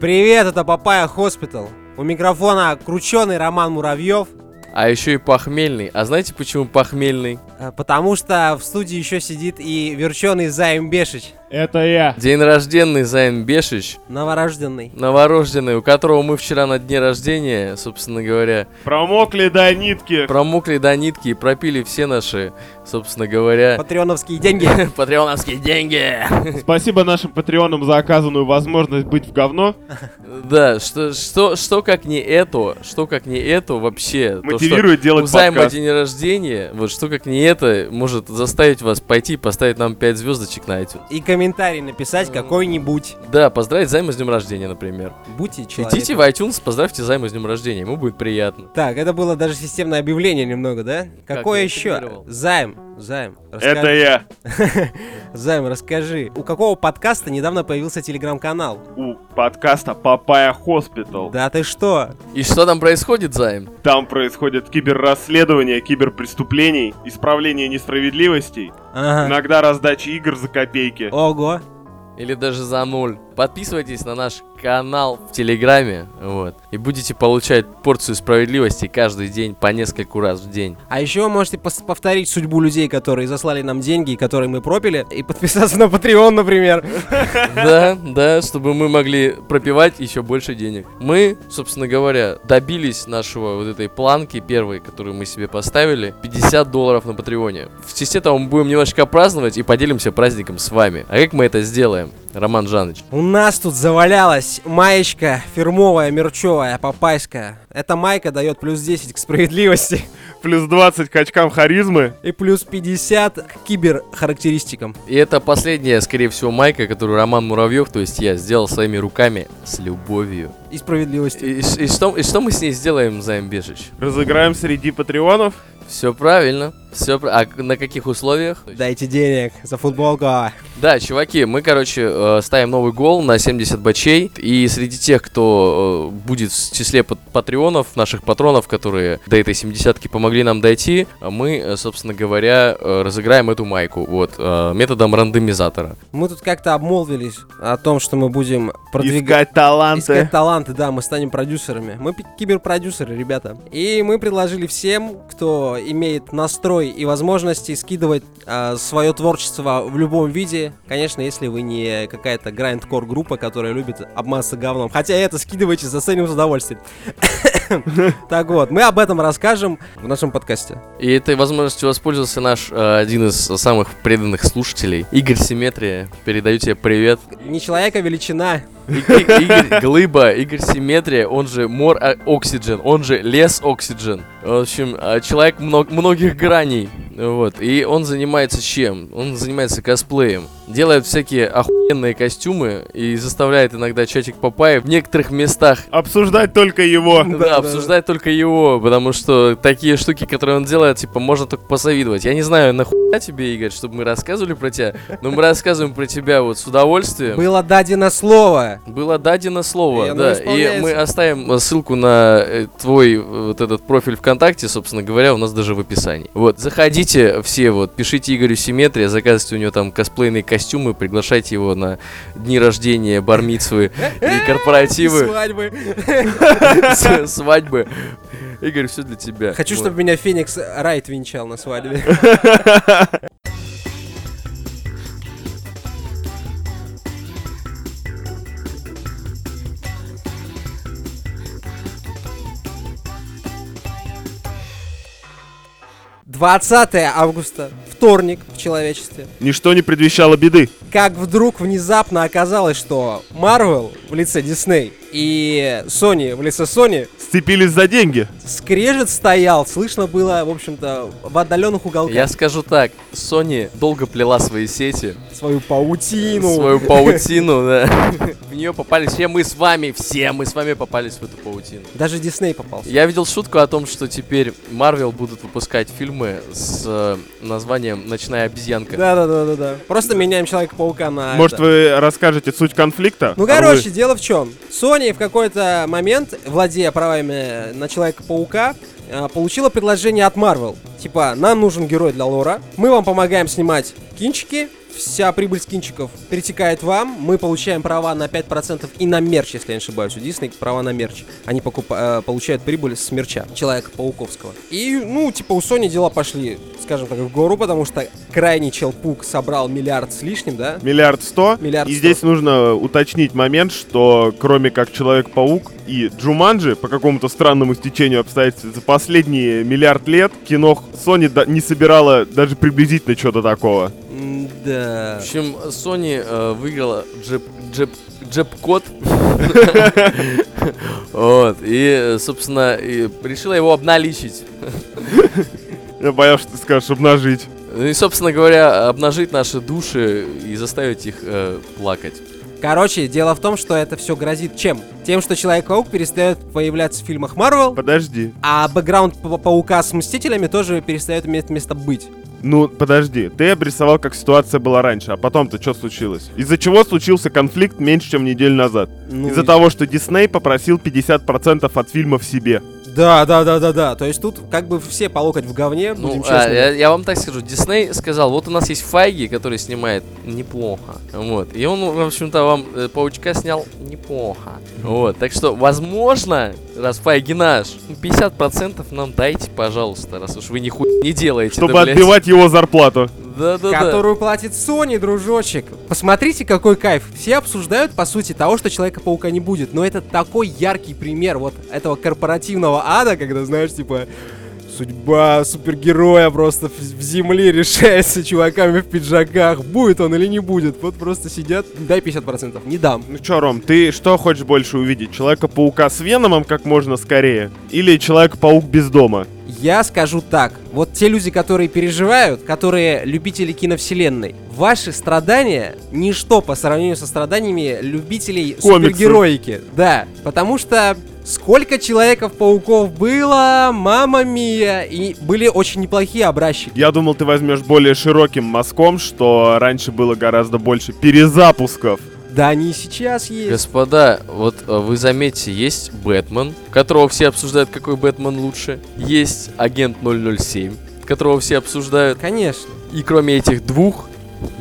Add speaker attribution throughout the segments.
Speaker 1: Привет, это Папая Хоспитал. У микрофона крученый Роман Муравьев,
Speaker 2: А еще и похмельный. А знаете, почему похмельный?
Speaker 1: э, потому что в студии еще сидит и верченый Займ Бешич,
Speaker 3: Это я.
Speaker 2: День рожденный Займ Бешич,
Speaker 1: новорожденный.
Speaker 2: новорожденный, у которого мы вчера на дне рождения, собственно говоря,
Speaker 3: Промокли до нитки.
Speaker 2: промокли до нитки и пропили все наши, собственно говоря,
Speaker 1: Патреоновские деньги.
Speaker 2: патреоновские деньги.
Speaker 3: Спасибо нашим патреонам за оказанную возможность быть в говно.
Speaker 2: Да, что, что, что как не это, что как не это вообще. то, что
Speaker 3: Мотивирует
Speaker 2: у
Speaker 3: делать
Speaker 2: Займа
Speaker 3: подкаст.
Speaker 2: день рождения, вот что как не это, может заставить вас пойти и поставить нам 5 звездочек на iTunes.
Speaker 1: И комментарий написать какой-нибудь.
Speaker 2: Да, поздравить Займа с днем рождения, например.
Speaker 1: Будьте человеком.
Speaker 2: Идите в iTunes, поздравьте Займа с днем рождения, ему будет приятно.
Speaker 1: Так, это было даже системное объявление немного, да? Какое
Speaker 2: я
Speaker 1: еще?
Speaker 2: тренировал.
Speaker 1: Займ, Займ.
Speaker 3: Это
Speaker 1: расскажи.
Speaker 3: я.
Speaker 1: Займ, расскажи, у какого подкаста недавно появился телеграм-канал?
Speaker 3: У подкаста Папая Хоспитал.
Speaker 1: Да ты что?
Speaker 2: И что там происходит, Займ?
Speaker 3: Там происходят киберрасследования, киберпреступлений, исправление несправедливостей,
Speaker 1: Ага.
Speaker 3: иногда раздача игр за копейки.
Speaker 1: Ого.
Speaker 2: Или даже за ноль. Подписывайтесь на наш канал в Телеграме, вот, и будете получать порцию справедливости каждый день по нескольку раз в день.
Speaker 1: А еще вы можете пос- повторить судьбу людей, которые заслали нам деньги, и которые мы пропили, и подписаться на Patreon, например.
Speaker 2: Да, да, чтобы мы могли пропивать еще больше денег. Мы, собственно говоря, добились нашего вот этой планки первой, которую мы себе поставили, 50 долларов на Патреоне. В честь этого мы будем немножечко праздновать и поделимся праздником с вами. А как мы это сделаем, Роман Жанович?
Speaker 1: У нас тут завалялась маечка фирмовая, мерчевая, папайская. Эта майка дает плюс 10 к справедливости
Speaker 3: Плюс 20 к очкам харизмы.
Speaker 1: и плюс 50 к киберхарактеристикам.
Speaker 2: И это последняя, скорее всего, майка, которую Роман Муравьев, то есть я, сделал своими руками с любовью.
Speaker 1: И
Speaker 2: И,
Speaker 1: справедливости.
Speaker 2: и ш- и что, и что мы с ней сделаем, Займ Бежич?
Speaker 3: Разыграем среди патреонов.
Speaker 2: Все правильно. Все А к- на каких условиях?
Speaker 1: Дайте денег за футболку. А,
Speaker 2: Да, чуваки, мы, короче, э, ставим новый гол на 70 бачей. И среди тех, кто э, будет в числе пат- патреонов, наших патронов, которые до этой 70 помогли нам дойти, э, мы, э, собственно говоря, э, разыграем эту майку. Вот, э, методом рандомизатора.
Speaker 1: Мы тут как-то обмолвились о том, что мы будем продвигать...
Speaker 3: Искать таланты.
Speaker 1: Искать таланты, да, мы станем продюсерами. Мы пи- киберпродюсеры, ребята. И мы предложили всем, кто имеет настрой и возможности скидывать а, свое творчество в любом виде. Конечно, если вы не какая-то грайндкор группа, которая любит обмазаться говном. Хотя это скидывайте, заценим с удовольствием. Так вот, мы об этом расскажем в нашем подкасте.
Speaker 2: И этой возможностью воспользовался наш э, один из самых преданных слушателей. Игорь Симметрия. Передаю тебе привет.
Speaker 1: Не человека величина.
Speaker 2: И- и- Игорь Глыба, Игорь Симметрия, он же Мор Оксиджен, он же Лес Оксиджен. В общем, а, человек мно- многих граней. Вот. И он занимается чем? Он занимается косплеем. Делает всякие охуенные костюмы и заставляет иногда чатик Папая в некоторых местах
Speaker 3: Обсуждать только его.
Speaker 1: Да,
Speaker 2: да,
Speaker 1: да.
Speaker 2: обсуждать только его, потому что такие штуки, которые он делает, типа, можно только посоветовать. Я не знаю, нахуя тебе, Игорь, чтобы мы рассказывали про тебя, но мы рассказываем про тебя вот с удовольствием.
Speaker 1: Было дадено слово.
Speaker 2: Было дадено слово,
Speaker 1: И оно
Speaker 2: да. И
Speaker 1: ну исполняется.
Speaker 2: мы оставим э, ссылку на э, твой э, вот этот профиль ВКонтакте, собственно говоря, у нас даже в описании. Вот, заходите все, вот, пишите Игорю Симметрия, заказывайте у него там косплейные костюмы, приглашайте его на дни рождения, бармицвы и корпоративы,
Speaker 1: Свадьбы.
Speaker 2: с- свадьбы. Игорь, все для тебя.
Speaker 1: Хочу,
Speaker 2: Вот.
Speaker 1: чтобы меня Феникс Райт венчал на свадьбе. Двадцатое августа, вторник в человечестве.
Speaker 3: Ничто не предвещало беды.
Speaker 1: Как вдруг внезапно оказалось, что Марвел в лице Дисней и Sony в лице Sony
Speaker 3: Сцепились за деньги.
Speaker 1: скрежет стоял, слышно было, в общем-то, в отдаленных уголках
Speaker 2: Я скажу так, Sony долго плела свои сети,
Speaker 1: свою паутину.
Speaker 2: свою паутину, да. В нее попали все мы с вами, все мы с вами попались в эту паутину.
Speaker 1: Даже Дисней попался.
Speaker 2: Я видел шутку о том, что теперь Марвел будут выпускать фильмы с э, названием «Ночная обезьянка».
Speaker 1: Да, да, да, да, да. Просто меняем Человека-паука на.
Speaker 3: Может,
Speaker 1: А, это.
Speaker 3: вы расскажете суть конфликта?
Speaker 1: Ну,
Speaker 3: А вы-
Speaker 1: короче, дело в чем. Sony в какой-то момент, владея правами на Человека-паука, э, получила предложение от Marvel. Типа, нам нужен герой для лора, мы вам помогаем снимать кинчики, Вся прибыль с кинчиков перетекает вам. Мы получаем права на 5% и на мерч, если я не ошибаюсь. У Дисней права на мерч. Они покупа- э, получают прибыль с мерча Человека Пауковского. И, ну, типа, у Sony дела пошли, скажем так, в гору, потому что крайний челпук собрал миллиард с лишним, да?
Speaker 3: Миллиард сто.
Speaker 1: Миллиард
Speaker 3: и
Speaker 1: сто.
Speaker 3: здесь нужно э, уточнить момент, что кроме как Человек-паук и Джуманджи, по какому-то странному стечению обстоятельств, за последние миллиард лет кино Sony да- не собирала даже приблизительно чего-то такого.
Speaker 1: М,
Speaker 2: В
Speaker 1: Да.
Speaker 2: общем, Sony э, выиграла джеп, джеп, джеп-код. Вот. И, э, собственно, и решила его обналичить.
Speaker 3: Я боялся, что ты скажешь обнажить.
Speaker 2: Ну И, собственно говоря, обнажить наши души и заставить их э, плакать.
Speaker 1: Короче, дело в том, что это все грозит чем? Тем, что Человек-паук перестает появляться в фильмах Марвел,
Speaker 3: Подожди.
Speaker 1: а бэкграунд Па- Паука с Мстителями тоже перестает иметь место быть.
Speaker 3: Ну, подожди. Ты обрисовал, как ситуация была раньше, а потом-то что случилось? Из-за чего случился конфликт меньше, чем неделю назад?
Speaker 1: Ну,
Speaker 3: Из-за того, что Дисней попросил 50% от фильма в себе.
Speaker 1: Да, да, да, да, да. То есть тут как бы все по локоть в говне,
Speaker 2: Ну,
Speaker 1: будем
Speaker 2: а,
Speaker 1: честными.
Speaker 2: я, я вам так скажу, Дисней сказал, вот у нас есть Файги, который снимает неплохо, вот, и он, в общем-то, вам э, Паучка снял неплохо, вот, так что, возможно, раз Файги наш, ну, 50% нам дайте, пожалуйста, раз уж вы нихуя не делаете.
Speaker 3: чтобы отбивать его зарплату.
Speaker 2: Да-да-да.
Speaker 1: Которую платит Sony, дружочек. Посмотрите, какой кайф. Все обсуждают, по сути, того, что Человека-паука не будет. Но это такой яркий пример вот этого корпоративного ада, когда, знаешь, типа... Судьба супергероя просто в в земле решается чуваками в пиджаках. Будет он или не будет. Вот просто сидят, дай 50%. Не дам.
Speaker 3: Ну чё, Ром, ты что хочешь больше увидеть? Человека-паука с Веномом как можно скорее? Или Человек-паук без дома?
Speaker 1: Я скажу так. Вот те люди, которые переживают, которые любители киновселенной, ваши страдания ничто по сравнению со страданиями любителей
Speaker 3: Комиксы.
Speaker 1: супергероики. Да, потому что сколько Человеков-пауков было, мама мия, и были очень неплохие образчики.
Speaker 3: Я думал, ты возьмешь более широким мазком, что раньше было гораздо больше перезапусков.
Speaker 1: Да они и сейчас есть.
Speaker 2: Господа, вот э, вы заметьте, есть Бэтмен, которого все обсуждают, какой Бэтмен лучше, есть Агент 007, которого все обсуждают,
Speaker 1: Конечно.
Speaker 2: и кроме этих двух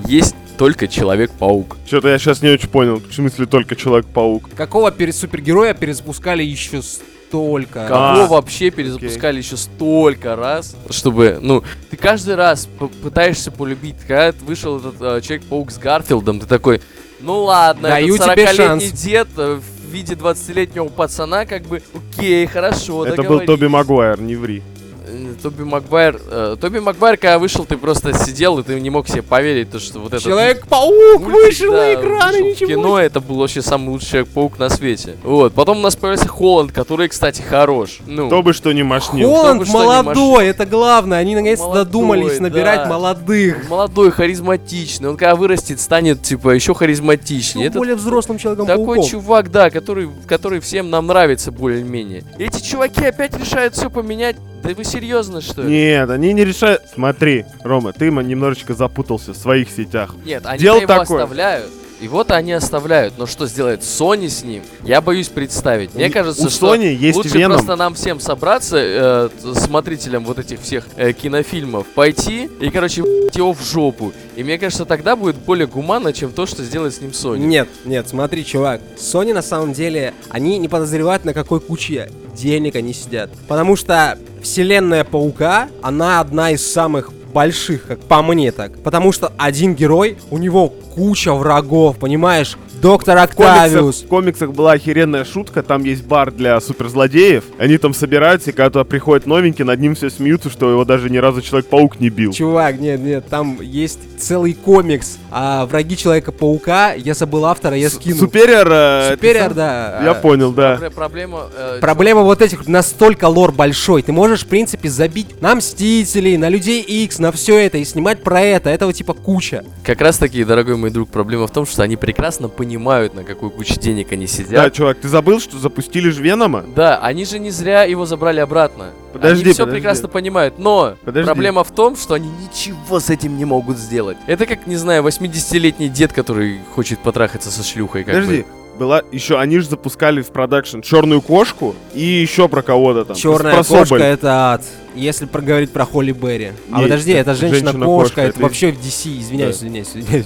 Speaker 2: есть только Человек-паук.
Speaker 3: Что-то я сейчас не очень понял, в смысле только Человек-паук.
Speaker 1: Какого пере- супергероя перезапускали еще столько?
Speaker 2: Кого
Speaker 3: А,
Speaker 2: вообще перезапускали еще столько раз, чтобы, ну, ты каждый раз п- пытаешься полюбить. Когда т- вышел этот э, Человек-паук с Гарфилдом, ты такой, ну ладно,
Speaker 1: Даю
Speaker 2: этот
Speaker 1: тебе
Speaker 2: 40-летний
Speaker 1: шанс».
Speaker 2: дед э, в виде 20-летнего пацана, как бы, окей, хорошо,
Speaker 3: Это был Тоби
Speaker 2: договорились».
Speaker 3: Магуайр, не ври.
Speaker 2: Э, Тоби Магуайр. э, Тоби Магуайр, когда вышел, ты просто сидел, и ты не мог себе поверить, то, что вот этот
Speaker 1: Человек-паук
Speaker 2: мультик,
Speaker 1: вышел
Speaker 2: да,
Speaker 1: на экраны,
Speaker 2: вышел в
Speaker 1: ничего
Speaker 2: кино, это был вообще самый лучший Человек-паук на свете. Вот. Потом у нас появился Холланд, который, кстати, хорош. Ну,
Speaker 3: Кто бы что ни мошнил.
Speaker 1: Холланд
Speaker 2: Чтобы что, не машина.
Speaker 1: молодой, это главное. Они наконец-то
Speaker 2: Молодой,
Speaker 1: додумались набирать
Speaker 2: да.
Speaker 1: молодых.
Speaker 2: молодой, харизматичный. Он когда вырастет, станет, типа, еще харизматичнее.
Speaker 1: Ну,
Speaker 2: Это
Speaker 1: более взрослым человеком
Speaker 2: такой
Speaker 1: пауком.
Speaker 2: чувак, да, который, который всем нам нравится более-менее. Эти чуваки опять решают все поменять. Да вы серьезно, что ли?
Speaker 3: Нет, они не решают. Смотри, Рома, ты м- немножечко запутался в своих сетях.
Speaker 2: Нет, они
Speaker 3: Дело
Speaker 2: его
Speaker 3: такое.
Speaker 2: оставляют. И вот они оставляют. Но что сделает Sony с ним? Я боюсь представить. Мне
Speaker 3: У-
Speaker 2: кажется,
Speaker 3: у
Speaker 2: что
Speaker 3: Sony есть
Speaker 2: лучше
Speaker 3: Веном.
Speaker 2: просто нам всем собраться, э, т- смотрителям вот этих всех э, кинофильмов, пойти и, короче, ебать его в жопу. И мне кажется, тогда будет более гуманно, чем то, что сделает с ним Sony.
Speaker 1: Нет, нет, смотри, чувак. Sony на самом деле, они не подозревают, на какой куче денег они сидят. Потому что вселенная Паука, она одна из самых больших, как по мне так. Потому что один герой, у него куча врагов, понимаешь? Доктор
Speaker 3: В комиксах,
Speaker 1: Октавиус.
Speaker 3: в комиксах была охеренная шутка, там есть бар для суперзлодеев. Они там собираются, и когда туда приходит новенький, над ним все смеются, что его даже ни разу Человек-паук не бил.
Speaker 1: Чувак, нет, нет, там есть целый комикс а, «Враги Человека-паука». Я забыл автора, я
Speaker 3: С-
Speaker 1: скину.
Speaker 3: Супериор, э,
Speaker 1: Супериор,
Speaker 3: это
Speaker 1: да.
Speaker 3: сам- Я
Speaker 1: а,
Speaker 3: понял, да.
Speaker 2: Пр- Проблема... э,
Speaker 1: Проблема вот этих, настолько лор большой. Ты можешь, в принципе, забить на Мстителей, на Людей X, на все это и снимать про это. Этого типа куча.
Speaker 2: Как раз таки, дорогой мой друг, проблема в том, что они прекрасно понимают, на какую кучу денег они
Speaker 3: Да,
Speaker 2: сидят.
Speaker 3: чувак, ты забыл, что запустили же Венома?
Speaker 2: Да, они же не зря его забрали обратно.
Speaker 3: Подожди,
Speaker 2: они все
Speaker 3: подожди.
Speaker 2: прекрасно понимают, но
Speaker 3: Подожди.
Speaker 2: проблема в том, что они ничего с этим не могут сделать. Это как, не знаю, 80-летний дед, который хочет потрахаться со шлюхой. Как
Speaker 3: Подожди,
Speaker 2: бы.
Speaker 3: была еще, они же запускали в продакшн черную кошку и еще про кого-то там.
Speaker 1: Черная
Speaker 3: про
Speaker 1: кошка
Speaker 3: Соболь. это
Speaker 1: ад. Если проговорить про Холли Берри. А
Speaker 3: Не,
Speaker 1: подожди, это женщина-кошка,
Speaker 3: женщина-кошка,
Speaker 1: это
Speaker 3: это
Speaker 1: вообще в DC, извиняюсь,
Speaker 3: Да.
Speaker 1: извиняюсь, извиняюсь.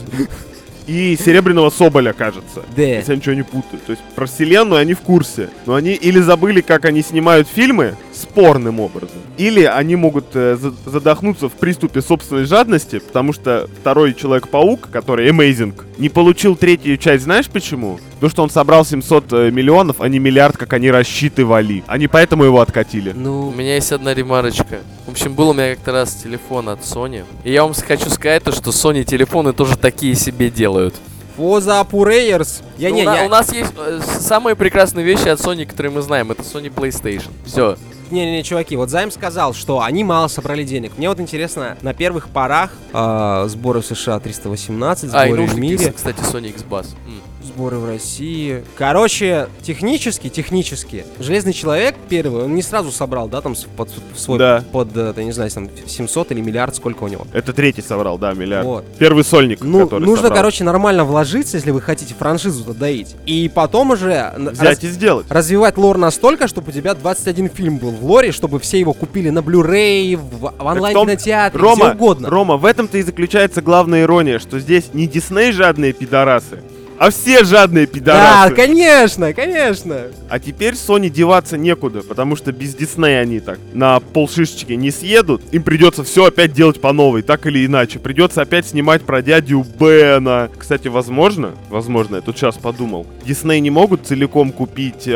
Speaker 3: И серебряного Соболя, кажется.
Speaker 1: Да.
Speaker 3: Если я ничего не путаю. То есть про вселенную они в курсе. Но они или забыли, как они снимают фильмы спорным образом, или они могут э, за- задохнуться в приступе собственной жадности, потому что второй Человек-паук, который Amazing, не получил третью часть, знаешь почему? Потому что он собрал 700 э, миллионов, а не миллиард, как они рассчитывали. Они поэтому его откатили.
Speaker 2: У
Speaker 1: Ну,
Speaker 2: меня есть одна ремарочка. В общем, был у меня как-то раз телефон от Sony. И я вам с- хочу сказать то, что Sony телефоны тоже такие себе делают.
Speaker 1: for the Apurayers. Я
Speaker 2: Ну,
Speaker 1: не,
Speaker 2: у, на-
Speaker 1: я-
Speaker 2: у нас есть э, с- самые прекрасные вещи от Sony, которые мы знаем. Это Sony PlayStation. Все.
Speaker 1: Не-не-не, чуваки, вот Займ сказал, что они мало собрали денег. Мне вот интересно, на первых порах а, сборы в США 318,
Speaker 2: А, и
Speaker 3: ну
Speaker 1: сборы в
Speaker 2: наушники,
Speaker 1: мире,
Speaker 2: кстати, Sony X-Bass. М.
Speaker 1: сборы в России. Короче, технически, технически, Железный Человек первый, он не сразу собрал, да, там с- под свой,
Speaker 3: Да.
Speaker 1: под, э, я не знаю, там 700 или миллиард, сколько у него.
Speaker 3: Это третий собрал, да, миллиард.
Speaker 1: Вот.
Speaker 3: Первый сольник,
Speaker 1: Ну,
Speaker 3: который
Speaker 1: нужно,
Speaker 3: собрал.
Speaker 1: короче, нормально вложиться, если вы хотите франшизу доить. И потом уже на-
Speaker 3: взять
Speaker 1: раз-
Speaker 3: и сделать.
Speaker 1: развивать лор настолько, чтобы у тебя 21 фильм был в лоре, чтобы все его купили на Blu-ray, в, в онлайн-кинотеатре,
Speaker 3: Рома,
Speaker 1: где угодно.
Speaker 3: Рома, в этом-то и заключается главная ирония, что здесь не Дисней жадные пидорасы, а все жадные
Speaker 1: да,
Speaker 3: пидорасы.
Speaker 1: конечно, конечно.
Speaker 3: А теперь Sony деваться некуда, потому что без Диснея они так на полшишечки не съедут. Им придется все опять делать по новой, так или иначе. Придется опять снимать про дядю Бена. Кстати, возможно, возможно, я тут сейчас подумал, Дисней не могут целиком купить э,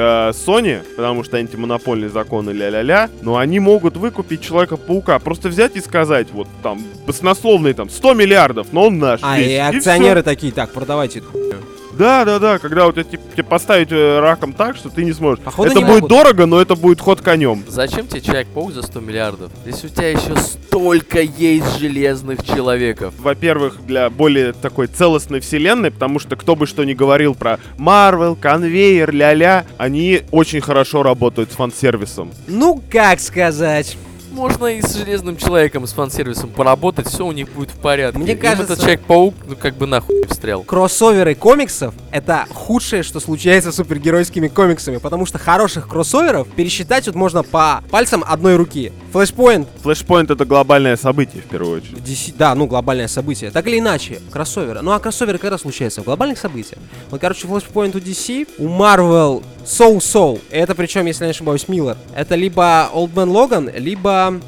Speaker 3: Sony, потому что антимонопольные законы ля-ля-ля, но они могут выкупить Человека-паука. Просто взять и сказать, вот там, баснословные там 100 миллиардов, но он наш.
Speaker 1: А,
Speaker 3: весь.
Speaker 1: и
Speaker 3: всё.
Speaker 1: акционеры такие, так, продавайте эту хуйню.
Speaker 3: Да, да, да, когда вот тебе поставить э, раком так, что ты не сможешь.
Speaker 1: Походу,
Speaker 3: это
Speaker 1: не
Speaker 3: будет
Speaker 1: могут.
Speaker 3: дорого, но это будет ход конем.
Speaker 2: Зачем тебе Человек-паук за 100 миллиардов? Если у тебя еще столько есть железных человеков.
Speaker 3: Во-первых, для более такой целостной вселенной, потому что кто бы что ни говорил про Марвел, конвейер, ля-ля, они очень хорошо работают с фан-сервисом.
Speaker 1: Ну, как сказать.
Speaker 2: Можно и с Железным Человеком, с фан-сервисом поработать, все у них будет в порядке.
Speaker 1: Мне
Speaker 2: Им
Speaker 1: кажется-
Speaker 2: этот Человек-паук, ну как бы нахуй встрял.
Speaker 1: Кроссоверы комиксов — это худшее, что случается с супергеройскими комиксами, потому что хороших кроссоверов пересчитать вот можно по пальцам одной руки. Флэшпоинт,
Speaker 3: Флэшпоинт — это глобальное событие, в первую очередь.
Speaker 1: DC, да, ну, глобальное событие. Так или иначе, кроссоверы. Ну, а кроссоверы когда случаются? В глобальных событиях. Вот, короче, Flashpoint у DC, у Marvel So-So. Это причем, если я не ошибаюсь, Миллер. Это либо Old Man Logan, либо м,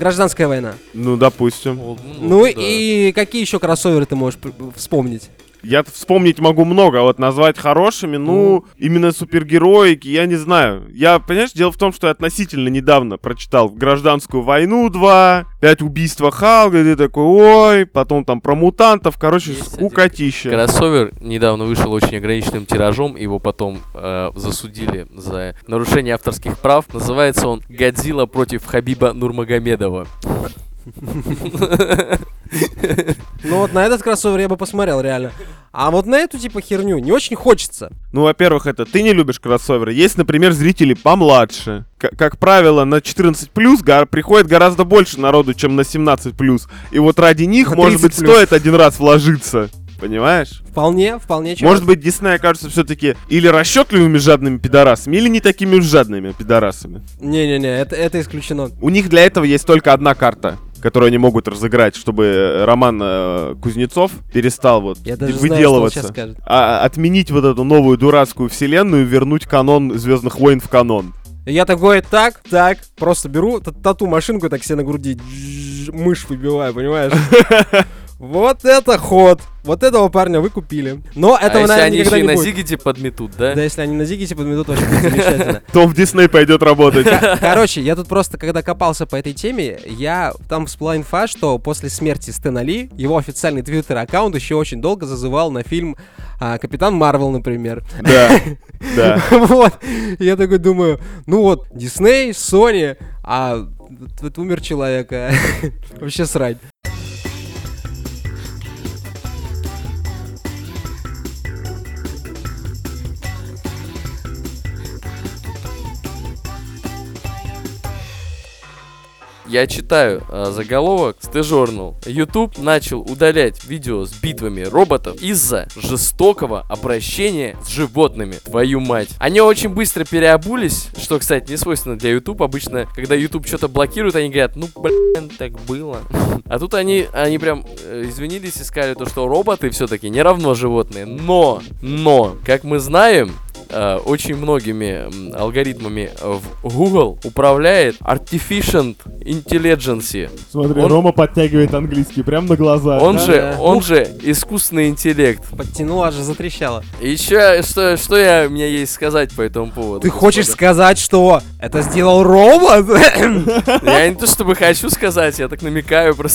Speaker 1: Гражданская война.
Speaker 3: Ну, допустим.
Speaker 2: Ну,
Speaker 1: Ну,
Speaker 2: да.
Speaker 1: и какие еще кроссоверы ты можешь п- вспомнить?
Speaker 3: Я вспомнить могу много, а вот назвать хорошими, ну, именно супергероики, я не знаю. Я, понимаешь, дело в том, что я относительно недавно прочитал «Гражданскую войну 2», «Пять убийства Халга», и ты такой, ой, потом там про мутантов, короче,
Speaker 2: Есть один
Speaker 3: скукотища.
Speaker 2: Кроссовер недавно вышел очень ограниченным тиражом, его потом э, засудили за нарушение авторских прав. Называется он «Годзилла против Хабиба Нурмагомедова».
Speaker 1: Ну, вот на этот кроссовер я бы посмотрел, реально. А вот на эту, типа, херню не очень хочется.
Speaker 3: Ну, во-первых, это ты не любишь кроссоверы. Есть, например, зрители помладше. К- как правило, на 14 плюс приходит гораздо больше народу, чем на 17 плюс. И вот ради них,
Speaker 1: На
Speaker 3: может быть,
Speaker 1: 30+.
Speaker 3: стоит один раз вложиться. Понимаешь?
Speaker 1: Вполне, вполне чё-
Speaker 3: Может быть, Дисней окажется все-таки или расчетливыми жадными пидорасами, или не такими уж жадными пидорасами.
Speaker 1: Не-не-не, это, это исключено.
Speaker 3: У них для этого есть только одна карта, которую они могут разыграть, чтобы э, Роман э, Кузнецов перестал вот
Speaker 1: Я даже знаю, что он
Speaker 3: выделываться.
Speaker 1: сейчас скажет.
Speaker 3: А- отменить вот эту новую дурацкую вселенную, вернуть канон Звездных войн в канон.
Speaker 1: Я такой, так, так, просто беру т- тату-машинку так себе на груди, джжж, мышь выбиваю, понимаешь? Вот это ход! Вот этого парня вы купили. Но
Speaker 2: а
Speaker 1: этого,
Speaker 2: если
Speaker 1: наверное,
Speaker 2: они
Speaker 1: никогда
Speaker 2: еще и
Speaker 1: не
Speaker 2: на
Speaker 1: будет.
Speaker 2: Зигите подметут, да?
Speaker 1: Да, если они на Зигите подведут, вообще будет замечательно.
Speaker 3: Том в Дисней пойдет работать.
Speaker 1: Короче, я тут просто, когда копался по этой теме, я там всплыла инфа, что после смерти Стэна Ли его официальный твиттер-аккаунт еще очень долго зазывал на фильм а, «Капитан Марвел», например.
Speaker 3: Да, да.
Speaker 1: Вот. Я такой думаю, ну вот, Дисней, Sony, а тут умер человек, а. Вообще срать.
Speaker 2: Я читаю а, заголовок стежорнул. YouTube начал удалять видео с битвами роботов из-за жестокого обращения с животными. Твою мать. Они очень быстро переобулись, что, кстати, не свойственно для YouTube. Обычно, когда YouTube что-то блокирует, они говорят, ну, блин, так было. А тут они, они прям э, извинились и сказали то, что роботы все-таки не равно животные. Но, но, как мы знаем, э, очень многими м, алгоритмами э, в Google управляет Artificial Intelligence.
Speaker 4: Смотри,
Speaker 2: Он-
Speaker 4: Рома подтягивает английский прямо на глаза.
Speaker 2: Он
Speaker 1: да.
Speaker 2: же, он же искусственный интеллект.
Speaker 1: Подтянула же, затрещала.
Speaker 2: Еще что, что я, у меня есть сказать по этому поводу?
Speaker 1: Ты
Speaker 2: господа?
Speaker 1: хочешь сказать, что это сделал робот?
Speaker 2: Я не то чтобы хочу сказать, я так намекаю просто.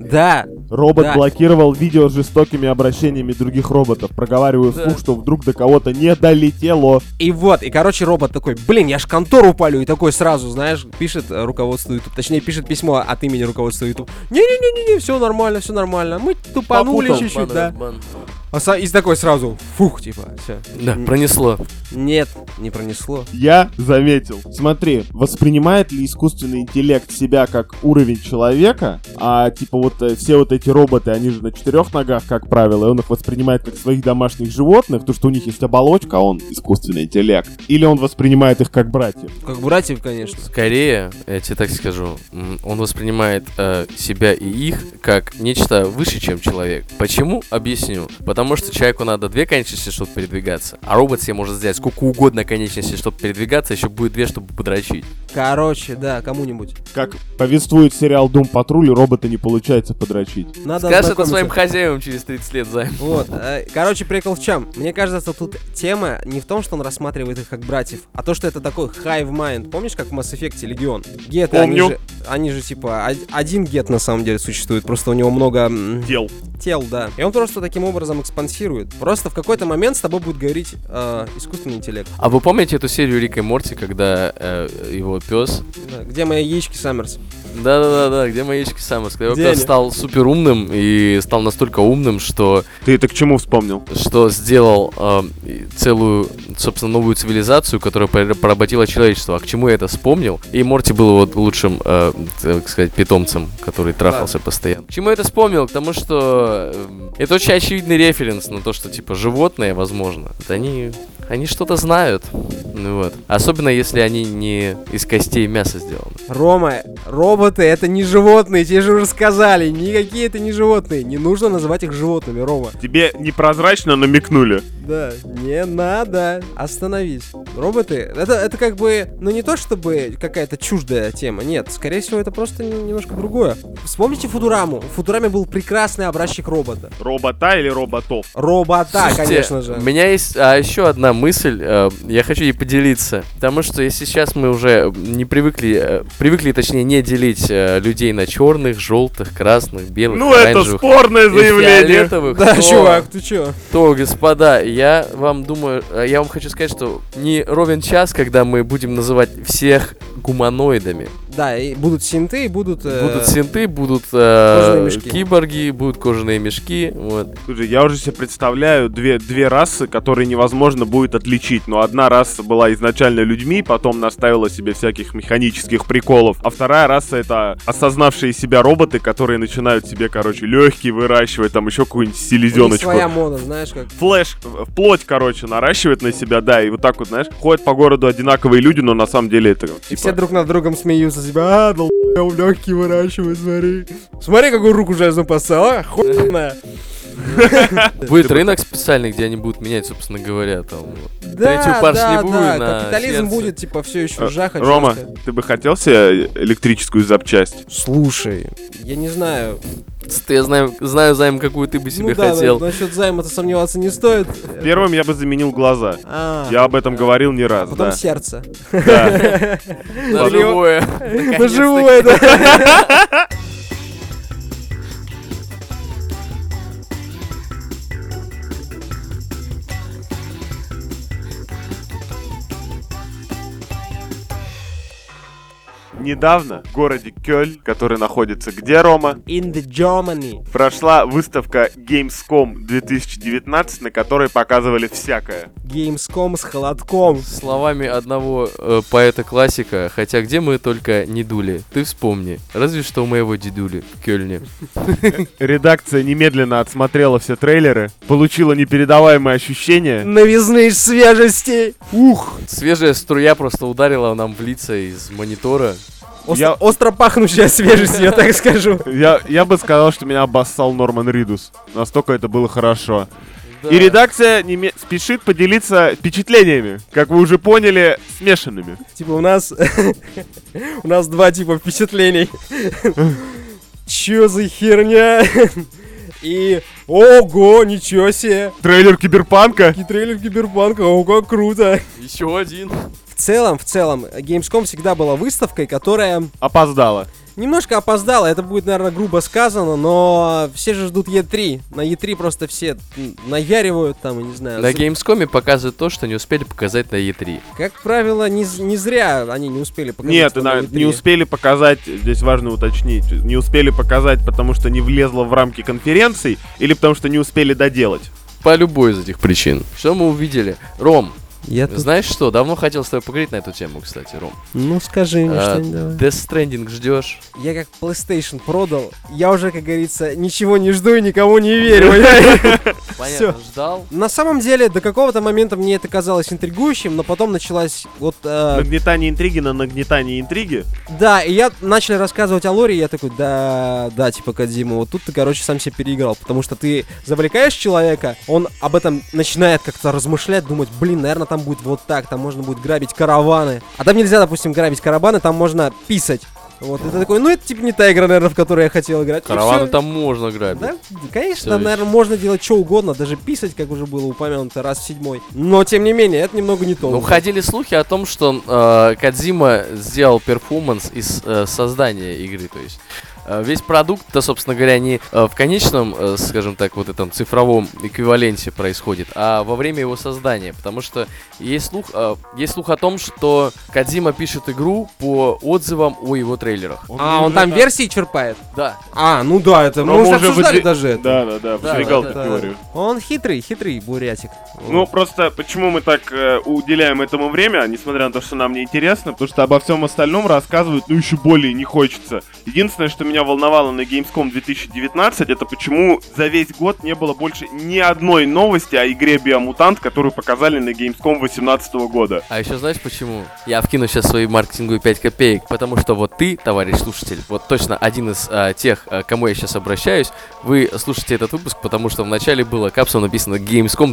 Speaker 1: Да.
Speaker 4: Робот
Speaker 1: Да.
Speaker 4: блокировал видео с жестокими обращениями других роботов, проговаривая
Speaker 2: Да.
Speaker 4: вслух, что вдруг до кого-то не долетело.
Speaker 1: И вот, и короче робот такой, блин, я ж контору палю, и такой сразу, знаешь, пишет э, руководству YouTube, точнее пишет письмо от имени руководства YouTube. Не-не-не-не, все нормально, все нормально, мы тупанули
Speaker 4: Попутал,
Speaker 1: чуть-чуть,
Speaker 2: Бан,
Speaker 1: да.
Speaker 2: бан.
Speaker 1: А са- и такой сразу, фух, типа, все.
Speaker 2: Да, пронесло.
Speaker 1: Нет, не пронесло.
Speaker 4: Я заметил. Смотри, воспринимает ли искусственный интеллект себя как уровень человека, а типа вот э, все вот эти роботы, они же на четырех ногах, как правило, и он их воспринимает как своих домашних животных, то что у них есть оболочка, а он искусственный интеллект. Или он воспринимает их как братьев.
Speaker 1: Как братьев, конечно.
Speaker 2: Скорее, я тебе так скажу, м, он воспринимает э, себя и их как нечто выше, чем человек. Почему? Объясню. Потому что человеку надо две конечности, чтобы передвигаться, а робот себе может взять сколько угодно конечностей, чтобы передвигаться, еще будет две, чтобы подрочить.
Speaker 1: Короче, да, кому-нибудь.
Speaker 4: Как повествует сериал Doom Патруль, робота не получается подрочить.
Speaker 1: Надо
Speaker 2: Скажешь это
Speaker 1: ознакомиться.
Speaker 2: своим хозяевам через 30 лет, займ.
Speaker 1: Вот, э, короче, прикол в чем? Мне кажется, тут тема не в том, что он рассматривает их как братьев, а то, что это такой hive mind. Помнишь, как в Mass Effect Легион? Геты,
Speaker 3: Помню.
Speaker 1: Они, же, они же типа од- один гет на самом деле существует, просто у него много м,
Speaker 3: Дел.
Speaker 1: тел, да. И он просто таким образом экспансирует. Просто в какой-то момент с тобой будет говорить э, искусственный интеллект.
Speaker 2: А вы помните эту серию Рика и Морти, когда э, его пес
Speaker 1: Да, Где мои яички, Саммерс?
Speaker 2: Да-да-да, где мои яички Саммерс? Когда
Speaker 1: Где
Speaker 2: он
Speaker 1: они?
Speaker 2: стал супер умным и стал настолько умным, что,
Speaker 3: Ты это к чему вспомнил?
Speaker 2: что сделал эм, и целую, собственно, новую цивилизацию, которая пор- поработила человечество. А к чему я это вспомнил? И Морти был вот лучшим, э, так сказать, питомцем, который трахался постоянно. К чему я это вспомнил? К тому, что эм, это очень очевидный референс на то, что, типа, животные, возможно, вот они, они что-то знают. Ну вот. Особенно, если они не из костей мяса сделаны.
Speaker 1: Рома, роботы это не животные, тебе же уже сказали. Никакие это не животные. Не нужно называть их животными, Рома.
Speaker 3: Тебе непрозрачно намекнули.
Speaker 1: Да, не надо. Остановись. Роботы, это, это как бы, ну не то чтобы какая-то чуждая тема, нет, скорее всего это просто н- немножко другое. Вспомните Футураму. В Футураме был прекрасный образчик робота.
Speaker 3: Робота или роботов?
Speaker 1: Робота,
Speaker 2: Слушайте,
Speaker 1: конечно же.
Speaker 2: У меня есть а, еще одна мысль, э, я хочу ей поделиться. Потому что если сейчас мы уже не привыкли, э, привыкли, точнее, не делить э, людей на черных, желтых, красных, белых,
Speaker 3: Ну это
Speaker 2: оранжевых
Speaker 3: спорное
Speaker 2: и
Speaker 3: заявление.
Speaker 2: фиолетовых,
Speaker 1: Да,
Speaker 2: то-
Speaker 1: чувак, ты чё?
Speaker 2: то, господа, я вам думаю, э, я вам хочу сказать, что не ровен час, когда мы будем называть всех гуманоидами.
Speaker 1: Да, и будут синты, и будут... э,
Speaker 2: Будут синты, будут э,
Speaker 1: кожаные мешки.
Speaker 2: киборги, будут кожаные мешки. Вот.
Speaker 3: Слушай, я уже себе представляю две, две расы, которые невозможно будет отличить. Но одна раса была изначально людьми, потом наставила себе всяких механических приколов. А вторая раса это осознавшие себя роботы, которые начинают себе, короче, легкие выращивать, там еще какую-нибудь
Speaker 1: у них
Speaker 3: селезеночку.
Speaker 1: своя мода, знаешь как.
Speaker 3: Флэш, в- вплоть, короче, наращивает на себя, да, и вот так вот, знаешь, ходят по городу одинаковые люди, но на самом деле это
Speaker 1: И все
Speaker 3: типа...
Speaker 1: друг над другом смеются, типа, а, легкий выращивает, смотри. Смотри, какую руку железную поставил, а, хуйная.
Speaker 2: Будет рынок специальный, где они будут менять, собственно говоря, там. вот.
Speaker 1: Да,
Speaker 2: Третью поршневую
Speaker 1: да, да,
Speaker 2: на
Speaker 1: капитализм
Speaker 2: сердце.
Speaker 1: будет, типа, все еще
Speaker 3: Э,
Speaker 1: жахать.
Speaker 3: Рома,
Speaker 1: просто.
Speaker 3: ты бы хотел себе электрическую запчасть?
Speaker 1: Слушай, я не знаю.
Speaker 2: Ц- Я знаю, знаю займ, какую ты бы себе
Speaker 1: ну да,
Speaker 2: хотел.
Speaker 1: насчет займа-то сомневаться не стоит.
Speaker 3: Первым я бы заменил глаза.
Speaker 1: А,
Speaker 3: Я об этом говорил не
Speaker 1: а
Speaker 3: раз,
Speaker 1: потом
Speaker 3: да.
Speaker 1: сердце.
Speaker 3: Да.
Speaker 2: На
Speaker 1: Или-
Speaker 2: живое.
Speaker 1: Ну живое, да.
Speaker 3: недавно в городе Кёль, который находится где, Рома,
Speaker 1: In the Germany.
Speaker 3: прошла выставка Gamescom 2019, на которой показывали всякое.
Speaker 1: Gamescom с холодком.
Speaker 2: Словами одного э, поэта-классика, хотя где мы только не дули, ты вспомни, разве что у моего дедули в Кёльне.
Speaker 3: Редакция немедленно отсмотрела все трейлеры, получила непередаваемое ощущение.
Speaker 1: Новизны свежести.
Speaker 3: Ух!
Speaker 2: Свежая струя просто ударила нам в лица из монитора.
Speaker 1: Остро,
Speaker 3: Я-
Speaker 1: остро пахнущая свежесть, я так скажу.
Speaker 3: Я, я бы сказал, что меня обоссал Норман Ридус. Настолько это было хорошо.
Speaker 2: Да.
Speaker 3: И редакция неме- спешит поделиться впечатлениями, как вы уже поняли, смешанными.
Speaker 1: Типа у нас... У нас два типа впечатлений. Чё за херня? И... Ого, ничего себе!
Speaker 3: Трейлер Киберпанка.
Speaker 1: И трейлер Киберпанка, ого, круто!
Speaker 2: Еще один.
Speaker 1: В целом, в целом, Gamescom всегда была выставкой, которая
Speaker 3: Опоздала.
Speaker 1: Немножко опоздала, это будет, наверное, грубо сказано, но все же ждут Е3. На Е3 просто все м, наяривают там, я не знаю.
Speaker 2: На
Speaker 1: З-
Speaker 2: Gamescom показывают то, что не успели показать на E3.
Speaker 1: Как правило, не, з- не зря они не успели показать.
Speaker 3: Нет,
Speaker 1: что на
Speaker 3: она-
Speaker 1: E3.
Speaker 3: не успели показать, здесь важно уточнить, не успели показать, потому что не влезла в рамки конференций, или потому что не успели доделать.
Speaker 2: По любой из этих причин. Что мы увидели? Ром,
Speaker 1: Я тут-
Speaker 2: знаешь что? Давно хотел с тобой поговорить на эту тему, кстати, Ром.
Speaker 1: Ну скажи мне
Speaker 2: А,
Speaker 1: что-нибудь давай.
Speaker 2: Death Stranding ждешь?
Speaker 1: Я как PlayStation продал, я уже, как говорится, ничего не жду и никому не верю.
Speaker 2: Понятно, ждал.
Speaker 1: На самом деле, до какого-то момента мне это казалось интригующим, но потом началась вот... э,
Speaker 3: Нагнетание интриги на нагнетание интриги.
Speaker 1: Да, и я начали рассказывать о лоре, и я такой, да, да, типа, Кадзима, вот тут ты, короче, сам себя переиграл, потому что ты завлекаешь человека, он об этом начинает как-то размышлять, думать, блин, наверное, там будет вот так, там можно будет грабить караваны. А там нельзя, допустим, грабить караваны, там можно писать. Вот, и ты такой, ну это типа не та игра, наверное, в которую я хотел играть. И всё.
Speaker 2: Караваны там можно грабить.
Speaker 1: Да, конечно,
Speaker 2: Всё
Speaker 1: там,
Speaker 2: вещь.
Speaker 1: наверное, можно делать что угодно, даже писать, как уже было упомянуто, раз в седьмой. Но, тем не менее, это немного не то.
Speaker 2: Ну, ходили слухи о том, что э, Кадзима сделал перформанс из э, создания игры, то есть. э, Весь продукт, да, собственно говоря, не э, в конечном, э, скажем так, вот этом цифровом эквиваленте происходит, а во время его создания. Потому что есть слух, э, есть слух о том, что Кадзима пишет игру по отзывам о его трейлерах.
Speaker 1: А, он там версии черпает?
Speaker 2: Да.
Speaker 1: А, ну да, это мы
Speaker 3: Рома
Speaker 1: уже
Speaker 3: уже
Speaker 1: обсуждали
Speaker 3: выдвиг-
Speaker 1: даже это.
Speaker 3: Да, да, да,
Speaker 2: Да,
Speaker 3: выдвигал
Speaker 2: да,
Speaker 3: эту
Speaker 2: да,
Speaker 3: теорию.
Speaker 1: Он хитрый, хитрый бурятик.
Speaker 3: Ну, просто почему мы так э, уделяем этому время, несмотря на то, что нам не интересно, потому что обо всем остальном рассказывать, ну, еще более не хочется. Единственное, что меня волновало на Gamescom 2019, это почему за весь год не было больше ни одной новости о игре Биомутант, которую показали на Gamescom 2018 года.
Speaker 2: А еще знаешь почему? Я вкину сейчас свои маркетинговые 5 копеек, потому что вот ты, товарищ слушатель, вот точно один из а, тех, а, к кому я сейчас обращаюсь, вы слушаете этот выпуск, потому что в начале было капсом написано Gamescom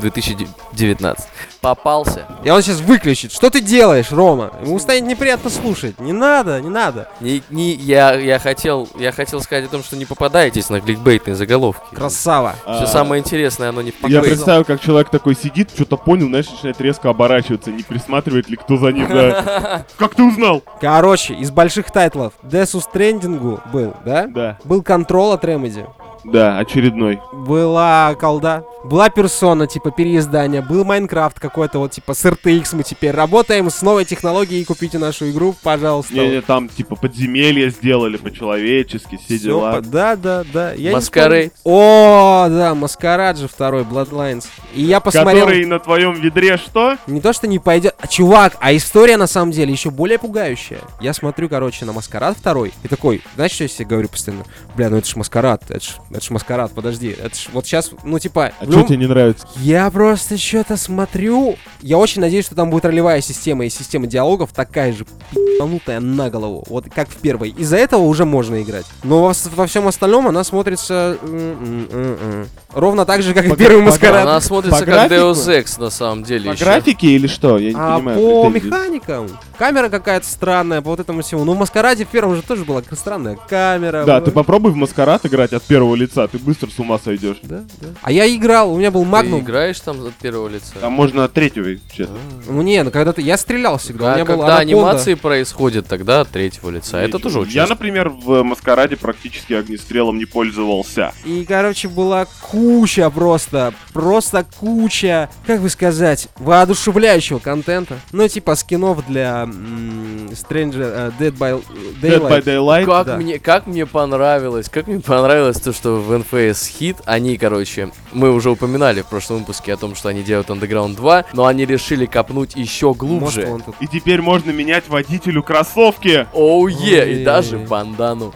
Speaker 2: 2019. Попался.
Speaker 1: И он сейчас выключит. Что ты делаешь, Рома? Ему станет неприятно слушать. Не надо, не надо.
Speaker 2: Не, не- я, я, хотел, я хотел сказать о том, что не попадаетесь на кликбейтные заголовки.
Speaker 1: Красава.
Speaker 2: Все самое интересное, оно не в
Speaker 4: А. Я
Speaker 2: кликбейте.
Speaker 4: представил, как человек такой сидит, что-то понял, знаешь, начинает резко оборачиваться, не присматривает ли кто за ним, да. Как ты узнал?
Speaker 1: Короче, из больших тайтлов. Десу Стрендингу был, да?
Speaker 4: Да,
Speaker 1: Был контрол от Remedy.
Speaker 4: да, очередной.
Speaker 1: Была колда. Была персона, типа переиздание. Был Майнкрафт какой-то, вот типа с RTX мы теперь работаем. С новой технологией купите нашу игру, пожалуйста.
Speaker 4: Не-не, там типа подземелья сделали по-человечески, все
Speaker 1: Всё
Speaker 4: дела.
Speaker 1: по- Да, да, да. Я не
Speaker 2: Маскарей.
Speaker 1: вспомню. О, да, Маскарад же второй, Bloodlines. И я посмотрел...
Speaker 4: Который на твоем ведре что?
Speaker 1: Не то, что не пойдет. А, чувак, а история на самом деле еще более пугающая. Я смотрю, короче, на маскарад второй. И такой, знаешь, что я себе говорю постоянно? Бля, ну это ж маскарад, это ж, это ж маскарад, подожди. Это ж вот сейчас, ну типа.
Speaker 4: А
Speaker 1: в
Speaker 4: что
Speaker 1: любом-
Speaker 4: тебе не нравится?
Speaker 1: Я просто что-то смотрю. Я очень надеюсь, что там будет ролевая система и система диалогов такая же пи***нутая на голову. Вот как в первой. Из-за этого уже можно играть. Но во, с- во всем остальном она смотрится... м, м, м, м. Ровно так же, как и
Speaker 4: Пога-
Speaker 1: первый
Speaker 4: пога-
Speaker 1: маскарад.
Speaker 2: Она смотрится
Speaker 4: По
Speaker 2: как
Speaker 4: графику?
Speaker 2: Deus Ex на самом деле.
Speaker 4: По
Speaker 2: ещё.
Speaker 4: графике или что? Я не
Speaker 1: А
Speaker 4: понимаю.
Speaker 1: по
Speaker 4: претензий.
Speaker 1: механикам. Камера какая-то странная, по вот этому всему. Ну, в Маскараде в первом же тоже была странная камера.
Speaker 4: Да,
Speaker 1: Ну,
Speaker 4: ты попробуй в маскарад играть от первого
Speaker 3: лица, ты быстро с ума сойдешь.
Speaker 2: Да, да.
Speaker 1: А я играл, у меня был
Speaker 2: Ты
Speaker 1: магнум.
Speaker 2: играешь там от первого лица?
Speaker 3: Там можно от третьего, честно.
Speaker 1: Ну не, ну когда-то я стрелял всегда. у
Speaker 2: А
Speaker 1: меня была
Speaker 2: когда
Speaker 1: анаконда.
Speaker 2: анимации происходят, тогда от третьего
Speaker 4: А,
Speaker 2: лица. Это тоже очень
Speaker 3: Я, например, в маскараде практически огнестрелом не пользовался.
Speaker 1: И, короче, была куча просто, просто куча, как бы сказать, воодушевляющего контента. Ну, типа скинов для м, Stranger э, Dead by
Speaker 3: Dead
Speaker 1: Daylight.
Speaker 3: by Daylight.
Speaker 2: Как,
Speaker 1: да.
Speaker 2: мне, как мне понравилось, как мне понравилось то, что в NFS Hit они, короче, мы уже упоминали в прошлом выпуске о том, что они делают Underground 2, но они решили копнуть еще
Speaker 1: Most
Speaker 2: глубже.
Speaker 1: Wanted.
Speaker 3: И теь можно менять водителю кроссовки.
Speaker 2: Оу, е,
Speaker 1: Ой.
Speaker 2: и даже бандану.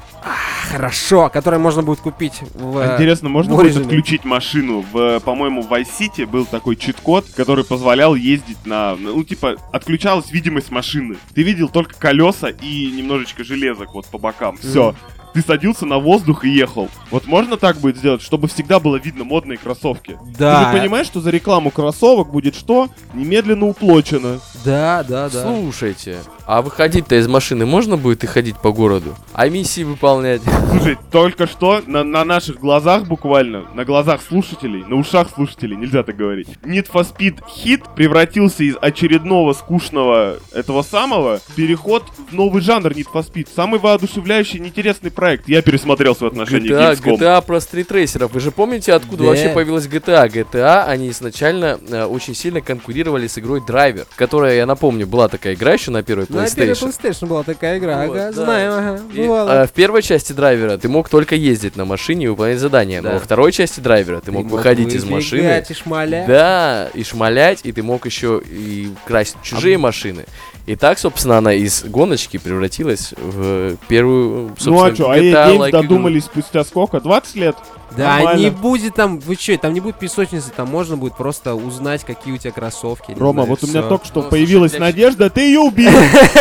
Speaker 1: Хорошо, которое можно будет купить в... э,
Speaker 3: Интересно, можно
Speaker 1: в
Speaker 3: будет
Speaker 1: оригинале.
Speaker 3: отключить машину? В, по-моему, в Vice City был такой чит-код, который позволял ездить на... Ну, типа, отключалась видимость машины. Ты видел только колеса и немножечко железок вот по бокам. Все. Ты садился на воздух и ехал. Вот можно так будет сделать, чтобы всегда было видно модные кроссовки.
Speaker 1: Да,
Speaker 3: Ты же понимаешь, что за рекламу кроссовок будет что? Немедленно уплочено.
Speaker 1: да, да, да.
Speaker 2: Слушайте, а выходить-то из машины можно будет и ходить по городу? А миссии выполнять?
Speaker 3: Слушай, только что на, на наших глазах буквально, на глазах слушателей, на ушах слушателей, нельзя так говорить, Need for Speed Hit превратился из очередного скучного этого самого в переход в новый жанр Need for Speed. Самый воодушевляющий, интересный проект. Я пересмотрел свое отношение
Speaker 2: GTA,
Speaker 3: к Gamescom. Ну
Speaker 2: GTA про стритрейсеров. Вы же помните, откуда
Speaker 1: Да.
Speaker 2: вообще появилась GTA? GTA, они изначально э, очень сильно конкурировали с игрой Драйвер, которая, я напомню, была такая игра еще на первой
Speaker 1: На первой
Speaker 2: PlayStation.
Speaker 1: Ну, PlayStation была такая игра,
Speaker 2: Вот,
Speaker 1: ага,
Speaker 2: да.
Speaker 1: знаем, ага,
Speaker 2: И,
Speaker 1: бывало.
Speaker 2: э, в первой части драйвера ты мог только ездить на машине и выполнять задания,
Speaker 1: Да.
Speaker 2: но во второй части драйвера ты мог выходить из машины.
Speaker 1: выбегать и шмалять.
Speaker 2: Да, и шмалять, и ты мог еще и красть чужие
Speaker 1: А,
Speaker 2: машины. И так, собственно, она из гоночки превратилась в первую, собственно,
Speaker 3: ну а что, а
Speaker 2: GTA
Speaker 3: EA Games
Speaker 2: -like ну. игру.
Speaker 3: додумались спустя сколько? 20 лет?
Speaker 1: Да,
Speaker 3: Нормально.
Speaker 1: не будет там, вы чё, там не будет песочницы, там можно будет просто узнать, какие у тебя кроссовки. не
Speaker 3: Рома,
Speaker 1: знаю,
Speaker 3: вот у меня
Speaker 1: всё.
Speaker 3: только что
Speaker 2: Ну, слушай,
Speaker 3: появилась
Speaker 2: для-
Speaker 3: надежда, ты ее убил.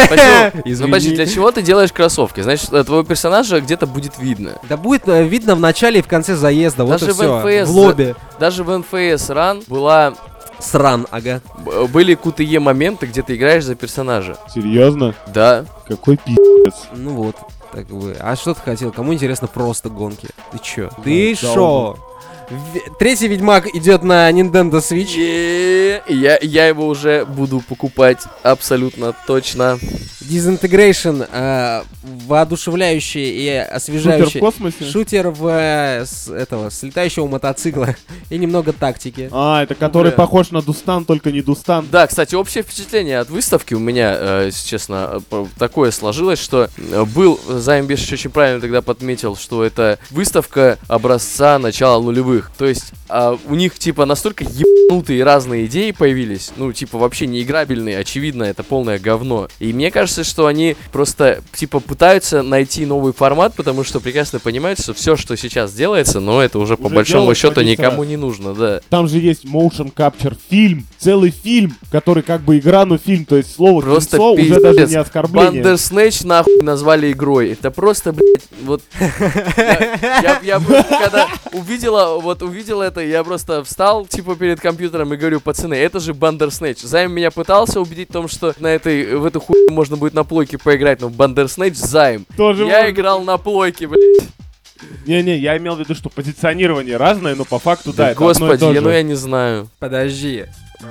Speaker 2: Почему? Ну, подожди,
Speaker 3: Извини.
Speaker 2: для чего ты делаешь кроссовки? Значит, э, твоего персонажа где-то будет видно.
Speaker 1: Да будет э, видно в начале и в конце заезда, вот
Speaker 2: Даже
Speaker 1: и
Speaker 2: в
Speaker 1: все.
Speaker 2: NFS
Speaker 1: в лобби.
Speaker 2: Даже в NFS Run была,
Speaker 1: Сран, ага.
Speaker 2: б- были QTE моменты, где ты играешь за персонажа.
Speaker 3: Серьезно?
Speaker 2: Да.
Speaker 3: Какой пи***ц.
Speaker 1: Ну вот, так бы. А что ты хотел? Кому интересно просто гонки? Ты чё? Ты
Speaker 3: да,
Speaker 1: шо? Ве- Третий Ведьмак идет на Nintendo Switch.
Speaker 2: Е, Я, я его уже буду покупать абсолютно точно.
Speaker 1: Disintegration, э, воодушевляющий и
Speaker 3: Шутер в
Speaker 1: освежающий.
Speaker 3: космосе?
Speaker 1: Шутер в э, с этого с летающего мотоцикла и немного тактики.
Speaker 3: А, это который
Speaker 2: Бля.
Speaker 3: похож на Дустан, только не Дустан.
Speaker 2: Да, кстати, общее впечатление от выставки у меня, э, если честно, э, п- такое сложилось, что э, был, Займбеш очень правильно тогда подметил, что это выставка образца начала нулевых. То есть а, у них, типа, настолько ебанутые разные идеи появились, ну, типа, вообще неиграбельные, очевидно, это полное говно. И мне кажется, что они просто, типа, пытаются найти новый формат, потому что прекрасно понимают, что все, что сейчас делается, но это уже, по
Speaker 3: Уже
Speaker 2: большому
Speaker 3: делают
Speaker 2: счету
Speaker 3: по 10
Speaker 2: никому
Speaker 3: раз.
Speaker 2: не нужно, да.
Speaker 3: Там же есть motion capture фильм, целый фильм, который как бы игра, но фильм, то есть слово
Speaker 2: Просто
Speaker 3: «кинцо» уже даже
Speaker 2: пиздец.
Speaker 3: не оскорбление.
Speaker 2: Бандерснэч нахуй назвали игрой. Это просто, блядь, вот... Я, я- я просто когда увидела, вот увидела это, я просто встал, типа, перед компьютером и говорю, пацаны, это же Бандерснэч. Займ меня пытался убедить в том, что на этой, в эту хуйню можно будет на плойке поиграть, но в Бандерснэч Займ.
Speaker 3: Тоже
Speaker 2: Я
Speaker 3: можно.
Speaker 2: играл на плойке, блядь.
Speaker 3: Не-не, я имел в виду, что позиционирование разное, но по факту, да, это одно и
Speaker 2: Господи,
Speaker 3: то
Speaker 2: я-
Speaker 3: же.
Speaker 2: ну я не знаю.
Speaker 1: Подожди,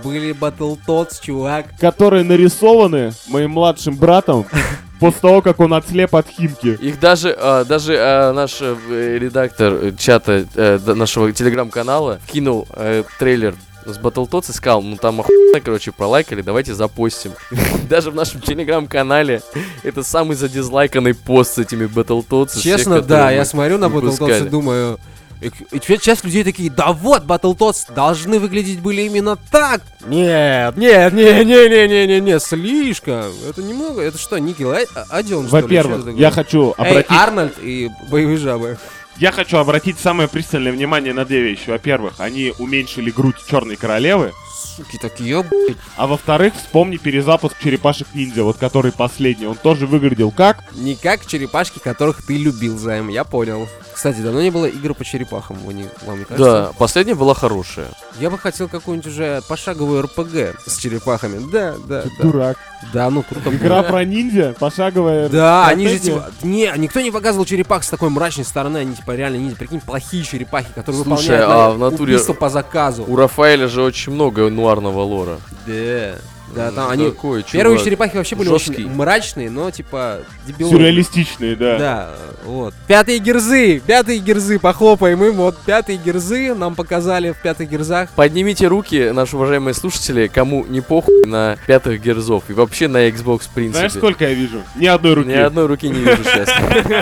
Speaker 1: были Battletoads, чувак.
Speaker 3: Которые нарисованы моим младшим братом после того, как он отслеп от Химки.
Speaker 2: Их даже, а, даже а, наш э, в- редактор э, чата э, д- нашего телеграм-канала кинул э, трейлер с Battletoads и сказал, ну там охуенно, короче, пролайкали, давайте запостим. Даже в нашем телеграм-канале это самый задизлайканный пост с этими Battletoads. из всех,
Speaker 1: Честно,
Speaker 2: которые
Speaker 1: да,
Speaker 2: мы-
Speaker 1: я смотрю на Battletoads и
Speaker 2: выпускали.
Speaker 1: думаю... И, и теперь часть людей такие, да вот, Battletoads должны выглядеть были именно так. Нет, нет, не, не, не, не, не, не, слишком. Это немного, это что, Никел Адион,
Speaker 3: Во-первых, я хочу обратить...
Speaker 2: а-
Speaker 1: Эй, Арнольд и боевые жабы.
Speaker 3: Я хочу обратить самое пристальное внимание на две вещи. Во-первых, они уменьшили грудь Черной Королевы.
Speaker 5: суки такие, блядь.
Speaker 3: А во-вторых, вспомни перезапуск черепашек ниндзя, вот который последний. Он тоже выглядел как?
Speaker 1: Не как черепашки, которых ты любил, Займ, я понял. Кстати, давно не было игр по черепахам, вы не- вам не кажется?
Speaker 2: Да, последняя была хорошая.
Speaker 1: Я бы хотел какую-нибудь уже пошаговую РПГ с черепахами. Да, да,
Speaker 3: Ты
Speaker 1: да.
Speaker 3: Дурак.
Speaker 1: Да, ну круто. было.
Speaker 3: Игра про ниндзя, пошаговая.
Speaker 1: Да, они же
Speaker 3: стратегия.
Speaker 1: типа... Не, никто не показывал черепах с такой мрачной стороны, они типа реально, не, прикинь, плохие черепахи, которые
Speaker 2: Слушай,
Speaker 1: выполняют
Speaker 2: а
Speaker 1: наверное,
Speaker 2: в натуре-
Speaker 1: убийство по заказу.
Speaker 2: У Рафаэля же очень много нуарного лора.
Speaker 1: Да. Да, там
Speaker 2: Ну,
Speaker 1: они...
Speaker 2: такой
Speaker 1: Первые
Speaker 2: чувак.
Speaker 1: черепахи вообще были
Speaker 2: жесткий.
Speaker 1: очень мрачные, но типа дебилы.
Speaker 3: Сюрреалистичные, да.
Speaker 1: Да, вот. Пятые герзы, пятые герзы, похлопаем им. Вот пятые герзы нам показали в пятых герзах.
Speaker 2: Поднимите руки, наши уважаемые слушатели, кому не похуй на пятых герзов и вообще на Xbox в принципе.
Speaker 3: Знаешь, сколько я вижу? Ни одной руки.
Speaker 2: Ни одной руки не вижу сейчас.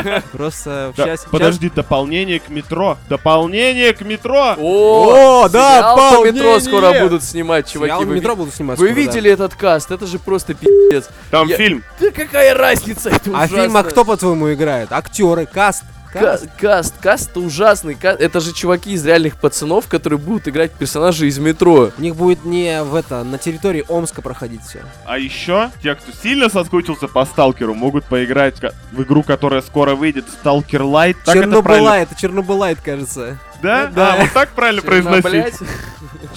Speaker 1: Просто в
Speaker 3: Да,
Speaker 1: счастье-
Speaker 3: подожди, дополнение к метро. Дополнение к метро!
Speaker 1: О, да,
Speaker 2: сериал по
Speaker 1: вполне
Speaker 2: метро скоро
Speaker 1: нет.
Speaker 2: будут снимать,
Speaker 1: Сериал
Speaker 2: чуваки. вы
Speaker 1: метро
Speaker 2: ви-
Speaker 1: буду снимать.
Speaker 2: Вы
Speaker 1: скоро, да.
Speaker 2: видели этот каст? Это же просто пиздец.
Speaker 6: Там
Speaker 2: Я-
Speaker 6: фильм.
Speaker 2: Да какая разница?
Speaker 1: А в
Speaker 2: Это ужасно.
Speaker 1: фильмах кто, по-твоему, играет? Актеры, каст.
Speaker 2: Ка- Каст, каст ужасный. ка- Это же чуваки из реальных пацанов, которые будут играть персонажей из метро.
Speaker 1: У них будет не в это, на территории Омска проходить все.
Speaker 6: А еще
Speaker 3: Те, кто сильно соскучился по Сталкеру, могут поиграть ка- в игру, которая скоро выйдет, Сталкер Лайт. Так это правильно?
Speaker 1: Чернобылайт, Чернобылайт, кажется.
Speaker 3: Да?
Speaker 1: Да.
Speaker 3: А, вот так правильно произносить?
Speaker 2: Блядь.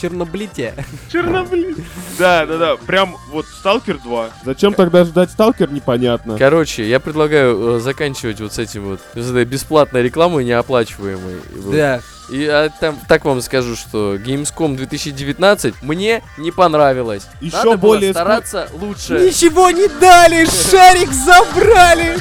Speaker 1: Черноблите.
Speaker 3: Чернобыль.
Speaker 6: Да, да, да, прям вот Сталкер 2.
Speaker 3: Зачем тогда ждать Сталкер, непонятно.
Speaker 2: Короче, я предлагаю э, заканчивать вот с этим вот, с этой бесплатной рекламой неоплачиваемой. Вот.
Speaker 1: Да.
Speaker 2: И а, там, так вам скажу, что Gamescom 2019 мне не понравилось.
Speaker 3: Еще
Speaker 2: Надо было
Speaker 3: более скру-
Speaker 2: стараться лучше.
Speaker 1: Ничего не дали, шарик забрали.